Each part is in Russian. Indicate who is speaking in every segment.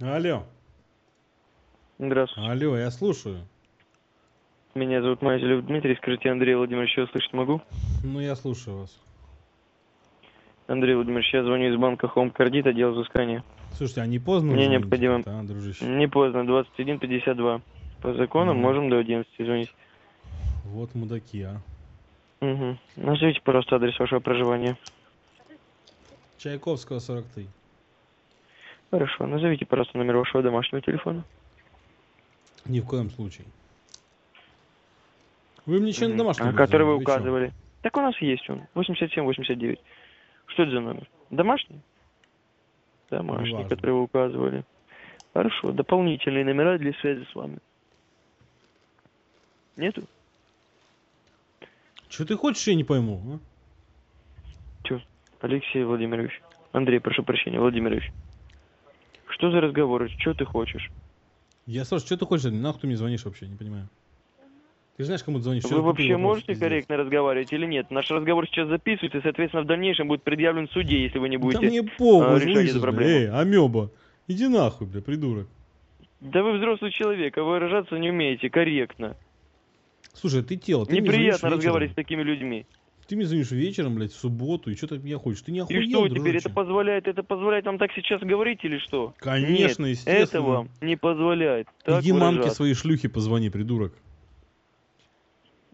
Speaker 1: Алло,
Speaker 2: Здравствуйте.
Speaker 1: алло, я слушаю.
Speaker 2: Меня зовут Мазелев Дмитрий. Скажите, Андрей Владимирович, я вас слышать могу?
Speaker 1: Ну, я слушаю вас.
Speaker 2: Андрей Владимирович, я звоню из банка Home Credit, отдел взыскания.
Speaker 1: Слушайте, а не поздно? уже
Speaker 2: Мне
Speaker 1: звонить?
Speaker 2: необходимо-
Speaker 1: Да, дружище.
Speaker 2: Не поздно, 21.52. По закону
Speaker 1: Мгм.
Speaker 2: можем до 11 звонить.
Speaker 1: Вот мудаки, а.
Speaker 2: Угу. Назовите, пожалуйста, адрес вашего проживания.
Speaker 1: Чайковского 43.
Speaker 2: Хорошо. Назовите, пожалуйста, номер вашего домашнего телефона.
Speaker 1: Ни в коем случае. Вы мне ничего на
Speaker 2: Мгм.
Speaker 1: домашнем
Speaker 2: А,
Speaker 1: не
Speaker 2: Который вы
Speaker 1: звоните, чё?
Speaker 2: указывали. Так у нас есть он. 87-89. Что это за номер? Домашний? Домашний,
Speaker 1: Неважно.
Speaker 2: который вы указывали. Хорошо. Дополнительные номера для связи с вами. Нету?
Speaker 1: Чё ты хочешь, я не пойму. а?
Speaker 2: Алексей Владимирович. Андрей, прошу прощения, Владимирович. Что за разговоры? Что ты хочешь?
Speaker 1: а? Я слушай, что ты хочешь? от меня? Нахуй ты мне звонишь вообще, не понимаю. Ты же знаешь, кому ты звонишь. чё
Speaker 2: Вы
Speaker 1: за тупые
Speaker 2: вообще
Speaker 1: вопросы,
Speaker 2: можете
Speaker 1: пиздец?
Speaker 2: корректно разговаривать или нет? Наш разговор сейчас записывается, и, соответственно, в дальнейшем будет предъявлен в суде, если вы не
Speaker 1: Да
Speaker 2: будете...
Speaker 1: мне похуй,
Speaker 2: а, решать эту
Speaker 1: слышишь, бля,
Speaker 2: проблему.
Speaker 1: эй, амеба. Иди нахуй, бля, придурок.
Speaker 2: Да вы взрослый человек, а выражаться не умеете корректно.
Speaker 1: Слушай, ты тело, ты мне звонишь
Speaker 2: Неприятно
Speaker 1: вечером.
Speaker 2: разговаривать с такими людьми.
Speaker 1: Ты мне звонишь вечером, блядь, в субботу, и что ты от меня хочешь? Ты не охуел,
Speaker 2: И что теперь
Speaker 1: дружище?
Speaker 2: это позволяет? Это позволяет вам так сейчас говорить или что?
Speaker 1: Конечно,
Speaker 2: Нет,
Speaker 1: естественно.
Speaker 2: Это вам не позволяет. Так
Speaker 1: Иди мамке
Speaker 2: выражаться.
Speaker 1: своей шлюхи позвони, придурок.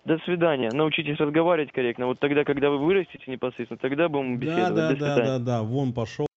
Speaker 2: До свидания. Научитесь разговаривать корректно. Вот тогда, когда вы вырастете непосредственно, тогда будем
Speaker 1: Да,
Speaker 2: беседовать.
Speaker 1: да,
Speaker 2: До
Speaker 1: да,
Speaker 2: свидания.
Speaker 1: да, да, вон пошел.